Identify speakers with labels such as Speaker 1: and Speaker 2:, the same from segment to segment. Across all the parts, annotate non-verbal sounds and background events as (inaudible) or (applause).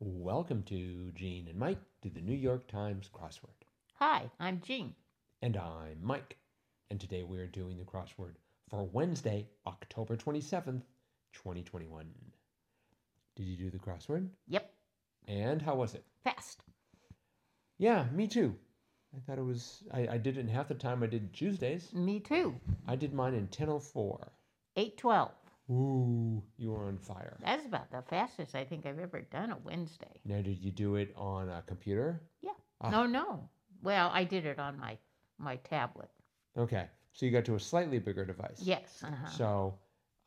Speaker 1: Welcome to Gene and Mike to the New York Times crossword.
Speaker 2: Hi, I'm Jean.
Speaker 1: And I'm Mike. And today we are doing the crossword for Wednesday, October 27th, 2021. Did you do the crossword?
Speaker 2: Yep,
Speaker 1: And how was it?
Speaker 2: fast.
Speaker 1: Yeah, me too. I thought it was, I, I did it in half the time I did Tuesdays.
Speaker 2: Me too.
Speaker 1: I did mine in 10.04.
Speaker 2: 812.
Speaker 1: Ooh, you were on fire.
Speaker 2: That's about the fastest I think I've ever done a Wednesday.
Speaker 1: Now, did you do it on a computer? Ah.
Speaker 2: No, no. Well, I did it on my my tablet.
Speaker 1: Okay, so you got to a slightly bigger device.
Speaker 2: Yes. Uh-huh.
Speaker 1: So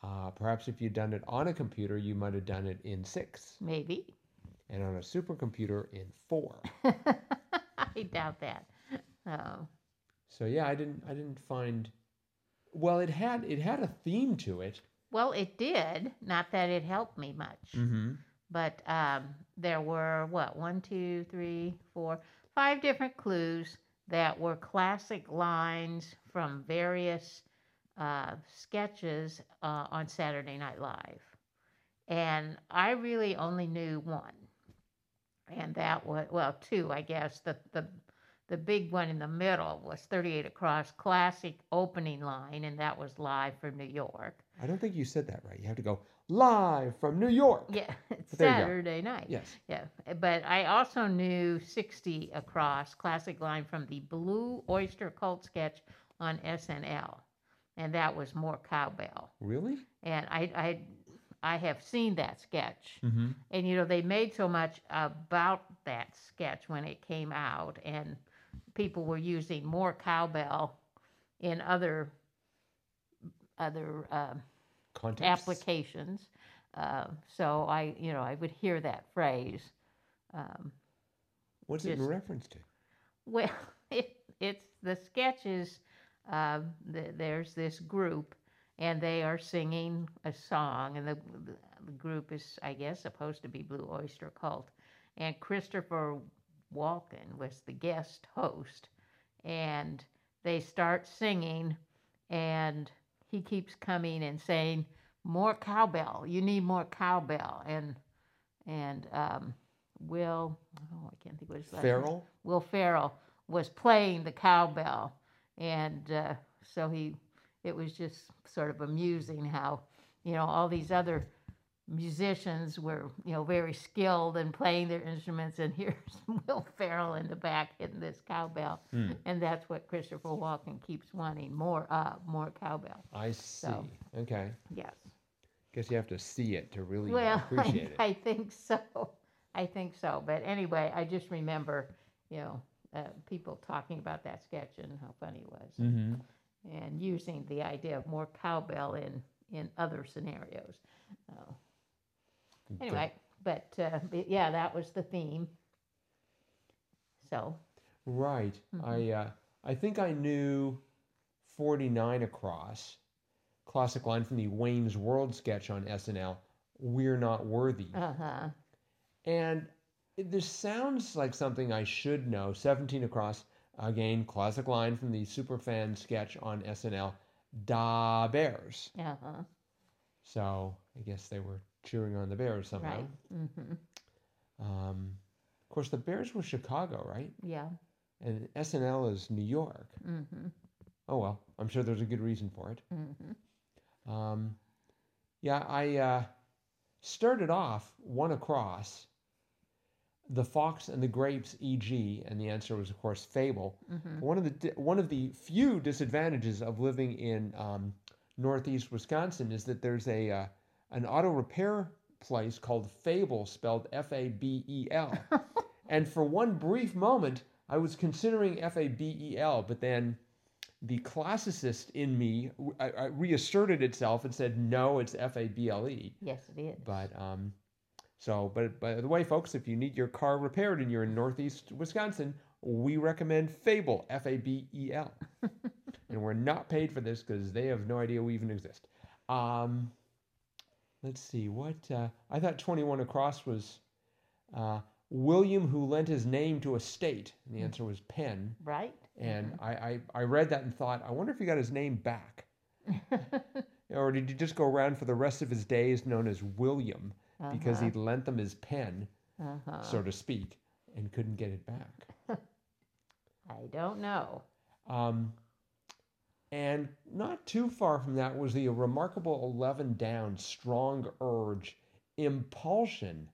Speaker 1: uh, perhaps if you'd done it on a computer, you might have done it in six,
Speaker 2: Maybe. (laughs)
Speaker 1: and on a supercomputer in four.
Speaker 2: I doubt that. Oh,
Speaker 1: so yeah, I didn't. I didn't find. Well, it had it had a theme to it.
Speaker 2: well, it did. Not that it helped me much,
Speaker 1: Mm-hmm.
Speaker 2: but um, there were what one, two, three, four, five different clues that were classic lines from various uh, sketches uh, on Saturday Night Live, and I really only knew one, and that was well two, I guess. The the the big one in the middle was 38 across classic opening line and that was live from new york
Speaker 1: I don't think you said that right. You have to go live from New York.
Speaker 2: (laughs) yeah
Speaker 1: there you go.
Speaker 2: saturday night
Speaker 1: Yes.
Speaker 2: Yeah, eh, but I also knew 60 across classic line from the Blue Oyster Cult sketch on SNL, and that was more cowbell.
Speaker 1: Really?
Speaker 2: And I, I, I have seen that sketch,
Speaker 1: Mm-hmm.
Speaker 2: and you know they made so much about that sketch when it came out, and people were using more cowbell in other, other. Um,
Speaker 1: Context.
Speaker 2: applications. Um, so I, you know, I would hear that phrase. Um,
Speaker 1: What's it in
Speaker 2: Yes.
Speaker 1: reference to?
Speaker 2: well, (laughs) it, it's the sketches. Um, th- there's this group, and they are singing a song, and the, the group is, I guess, supposed to be Blue Oyster Cult, and Christopher Walken was the guest host, and they start singing, and he keeps coming and saying, "More cowbell! You need more cowbell!" and and um, Will, oh, I can't think what his last name.
Speaker 1: Feral.
Speaker 2: Will Farrell was playing the cowbell, and uh, so he, it was just sort of amusing how, you know, all these other musicians were, you know, very skilled in playing their instruments, and (laughs) here's Will Farrell in the back hitting this cowbell, (laughs)
Speaker 1: Hmm.
Speaker 2: and that's what Christopher Walken keeps wanting more of, more cowbell.
Speaker 1: I see.
Speaker 2: So.
Speaker 1: Okay.
Speaker 2: Yes.
Speaker 1: Guess you have to see it to really
Speaker 2: Well, (laughs)
Speaker 1: appreciate
Speaker 2: I,
Speaker 1: it.
Speaker 2: I think so. I think so. But anyway, I just remember, you know, uh, people talking about that sketch and how funny it was,
Speaker 1: Mm-hmm.
Speaker 2: and using the idea of more cowbell in in other scenarios. Uh, anyway, but, uh, but yeah, that was the theme. So
Speaker 1: Right.
Speaker 2: Mm-hmm.
Speaker 1: I uh, I think I knew 49 across. Classic line from the Wayne's World sketch on SNL, "We're not worthy."
Speaker 2: uh huh.
Speaker 1: And it- this sounds like something I should know. 17 across, again, classic line from the Superfan sketch on SNL, "Da Bears."
Speaker 2: Uh huh.
Speaker 1: So, I guess they were cheering on the Bears somehow.
Speaker 2: Right. Mm-hmm.
Speaker 1: Um, of course, the Bears were Chicago, right?
Speaker 2: Yeah.
Speaker 1: And SNL is New York.
Speaker 2: Mm-hmm.
Speaker 1: Oh well, I'm sure there's a good reason for it.
Speaker 2: Mm-hmm.
Speaker 1: Um, yeah, I uh, started off one across the fox and the grapes, e.g., and the answer was, of course, fable.
Speaker 2: Mm-hmm.
Speaker 1: One of the di- one of the few disadvantages of living in um, northeast Wisconsin is that there's a uh, an auto repair place called Fable, spelled F A B E L, and for one brief moment, I was considering F A B E L, but then the classicist in me I, I reasserted itself and said, "No, it's F A B L E."
Speaker 2: Yes, it is.
Speaker 1: But um, so but by the way, folks, if you need your car repaired and you're in Northeast Wisconsin, we recommend Fable F A B E L, and we're not paid for this because they have no idea we even exist. Um, let's see what uh, I thought. Twenty one across was uh, William who lent his name to a state, and the answer was Penn.
Speaker 2: right. (laughs)
Speaker 1: And I, I I read that and thought, I wonder if he got his name back.
Speaker 2: Uh-huh,
Speaker 1: Or did he just go around for the rest of his days known as William because
Speaker 2: Uh-huh.
Speaker 1: he'd lent them his pen?
Speaker 2: Uh-huh.
Speaker 1: so to speak, and couldn't get it back.
Speaker 2: I don't know.
Speaker 1: Um, and not too far from that was the remarkable 11 down strong urge impulsion.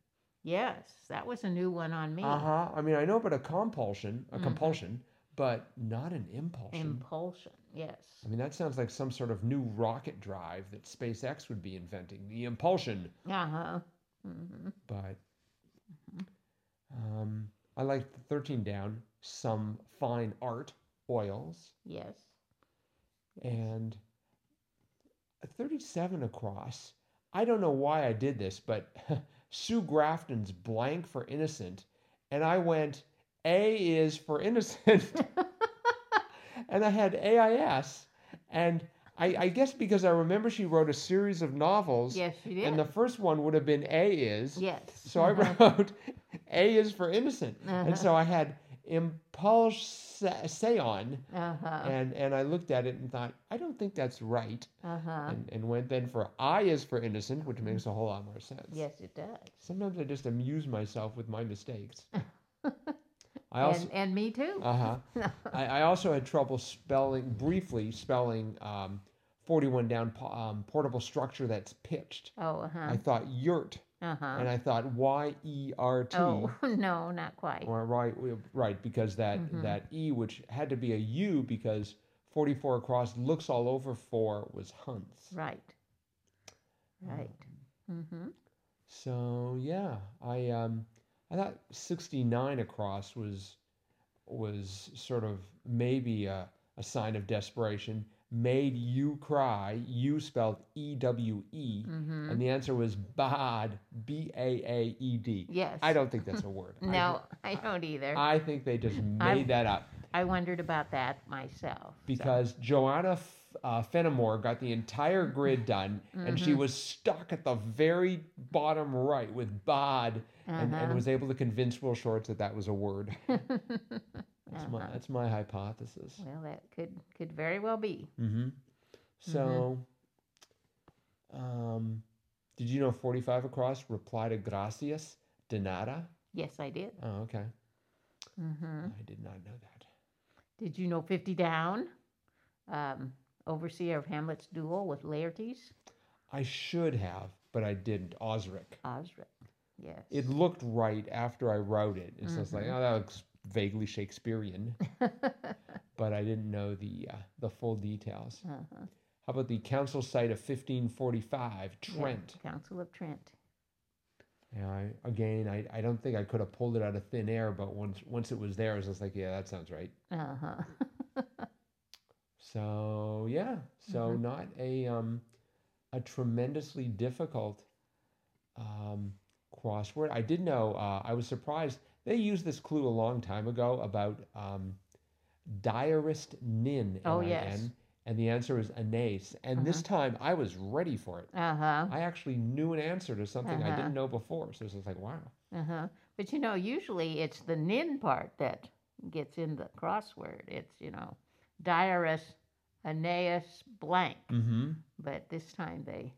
Speaker 2: Yes, that was a new one on me.
Speaker 1: Uh huh. I mean, I know about a compulsion, a
Speaker 2: Mhm.
Speaker 1: compulsion, but not an impulsion.
Speaker 2: Impulsion. Yes.
Speaker 1: I mean, that sounds like some sort of new rocket drive that SpaceX would be inventing the impulsion.
Speaker 2: Uh huh. hmm
Speaker 1: But
Speaker 2: Mm-hmm.
Speaker 1: um, I like the 13 down, some fine art oils.
Speaker 2: Yes.
Speaker 1: and 37 across. I don't know why I did this, but (laughs) Sue Grafton's blank for innocent, and I went A is for
Speaker 2: (laughs)
Speaker 1: innocent, and I had AIS, and I, I guess because I remember she wrote a series of novels,
Speaker 2: Yes, she did.
Speaker 1: and the first one would have been A is,
Speaker 2: yes.
Speaker 1: so I
Speaker 2: uh-huh.
Speaker 1: wrote A is for innocent,
Speaker 2: Uh-huh.
Speaker 1: and so I had impulse seon
Speaker 2: Uh-huh.
Speaker 1: and and I looked at it and thought, I don't think that's right,
Speaker 2: Uh-huh. Mm-hmm.
Speaker 1: and, and went then for I is for innocent, which makes a whole lot more sense.
Speaker 2: Yes, it does.
Speaker 1: Sometimes I just amuse myself with my
Speaker 2: (laughs)
Speaker 1: mistakes. I
Speaker 2: And,
Speaker 1: (laughs) also
Speaker 2: and me too.
Speaker 1: uh
Speaker 2: (laughs)
Speaker 1: huh. I, I also had trouble spelling briefly spelling um, forty one down po- um, portable structure that's pitched.
Speaker 2: oh, uh-huh.
Speaker 1: I thought yurt,
Speaker 2: Uh-huh.
Speaker 1: and I thought y e r t.
Speaker 2: Oh, (laughs) no, not quite.
Speaker 1: Or right, we- right, because that
Speaker 2: Mhm.
Speaker 1: that E, which had to be a U, because forty four across looks all over four was Hunts.
Speaker 2: Right. Right. Mm-hmm.
Speaker 1: So yeah, I um, I thought sixty nine across was was sort of maybe a, a sign of desperation. Made you cry. You spelled E W E,
Speaker 2: Mm-hmm.
Speaker 1: and the answer was bad. B A A E D.
Speaker 2: Yes.
Speaker 1: I don't think that's a word. I
Speaker 2: (laughs) No,
Speaker 1: thi-
Speaker 2: I don't either. I,
Speaker 1: I think they
Speaker 2: (laughs)
Speaker 1: just made
Speaker 2: I'm-
Speaker 1: that up.
Speaker 2: wondered about that myself. so-
Speaker 1: because Joanna F- uh, Fenimore got the entire grid done, and she was stuck at the very bottom right with bod, and, and
Speaker 2: Uh-huh. (laughs)
Speaker 1: was able to convince Will Shorts that that was a word. That's my
Speaker 2: Uh-huh.
Speaker 1: that's my hypothesis.
Speaker 2: Well, that could could very well be.
Speaker 1: hmm So, um, did you know forty five across reply to gracias de nada?
Speaker 2: Yes, I did.
Speaker 1: Oh, okay,
Speaker 2: Mm-hmm.
Speaker 1: I did not know that.
Speaker 2: Did you know 50 Down? Um, overseer of Hamlet's duel with Laertes?
Speaker 1: I should have, but I didn't. Osric.
Speaker 2: Osric. Yes.
Speaker 1: it looked right after I wrote it. It's just like,
Speaker 2: Mhm.
Speaker 1: oh, that looks vaguely Shakespearean, (laughs) but I didn't know the uh, the full details.
Speaker 2: (laughs) Uh-huh.
Speaker 1: How about the council site of 1545,
Speaker 2: Yeah,
Speaker 1: Trent?
Speaker 2: Council of Trent.
Speaker 1: And I, again, I, I don't think I could have pulled it out of thin air, but once once it was there, I was just like, yeah, that sounds right.
Speaker 2: Uh-huh. (laughs)
Speaker 1: So yeah, so
Speaker 2: Mhm.
Speaker 1: not a um, a tremendously difficult um, crossword. I did know. Uh, I was surprised they used this clue a long time ago about um, diarist nin.
Speaker 2: Oh,
Speaker 1: N I
Speaker 2: yes.
Speaker 1: N, and the answer is anase. And this time I was ready for it.
Speaker 2: Uh-huh.
Speaker 1: I actually knew an answer to something I
Speaker 2: Uh-huh.
Speaker 1: didn't know before. So it's like, wow.
Speaker 2: Uh-huh. But you know, usually it's the nin part that gets in the crossword. It's, you know, diarist Aeneas blank.
Speaker 1: Mm-hmm.
Speaker 2: But this time they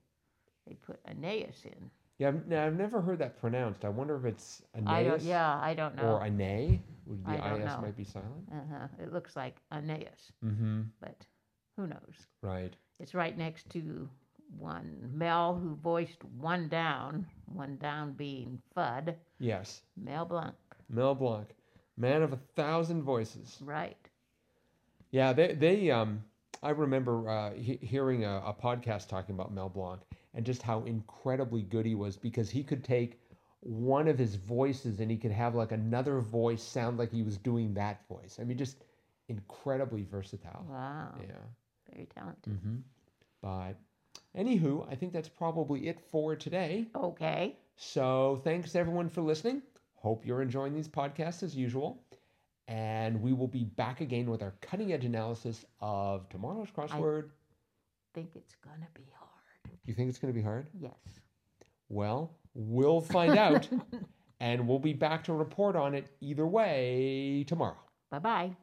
Speaker 2: they put Aeneas in.
Speaker 1: Yeah. I've- Now I've never heard that pronounced. I wonder if it's anase
Speaker 2: I don't yeah, I don't know.
Speaker 1: or anay. Would the
Speaker 2: I don't
Speaker 1: is
Speaker 2: know.
Speaker 1: might be silent?
Speaker 2: uh-huh. It looks like Aeneas,
Speaker 1: Mm-hmm.
Speaker 2: but who knows?
Speaker 1: Right.
Speaker 2: It's right next to one Mel who voiced one down, one down being Fudd,
Speaker 1: Yes.
Speaker 2: Mel Blanc.
Speaker 1: Mel Blanc, man of a thousand voices.
Speaker 2: Right.
Speaker 1: Yeah, they they um I remember uh, he- hearing a, a podcast talking about Mel Blanc and just how incredibly good he was because he could take one of his voices and he could have like another voice sound like he was doing that voice. I mean, just incredibly versatile.
Speaker 2: Wow.
Speaker 1: Yeah.
Speaker 2: Very talented.
Speaker 1: hmm But anywho, I think that's probably it for today.
Speaker 2: Okay.
Speaker 1: So thanks everyone for listening. Hope you're enjoying these podcasts as usual. And we will be back again with our cutting edge analysis of tomorrow's crossword.
Speaker 2: Think it's gonna be hard.
Speaker 1: You think it's going to be hard?
Speaker 2: Yes.
Speaker 1: Well, we'll (laughs) find
Speaker 2: (laughs)
Speaker 1: out. and we'll be back to report on it either way tomorrow.
Speaker 2: Bye bye.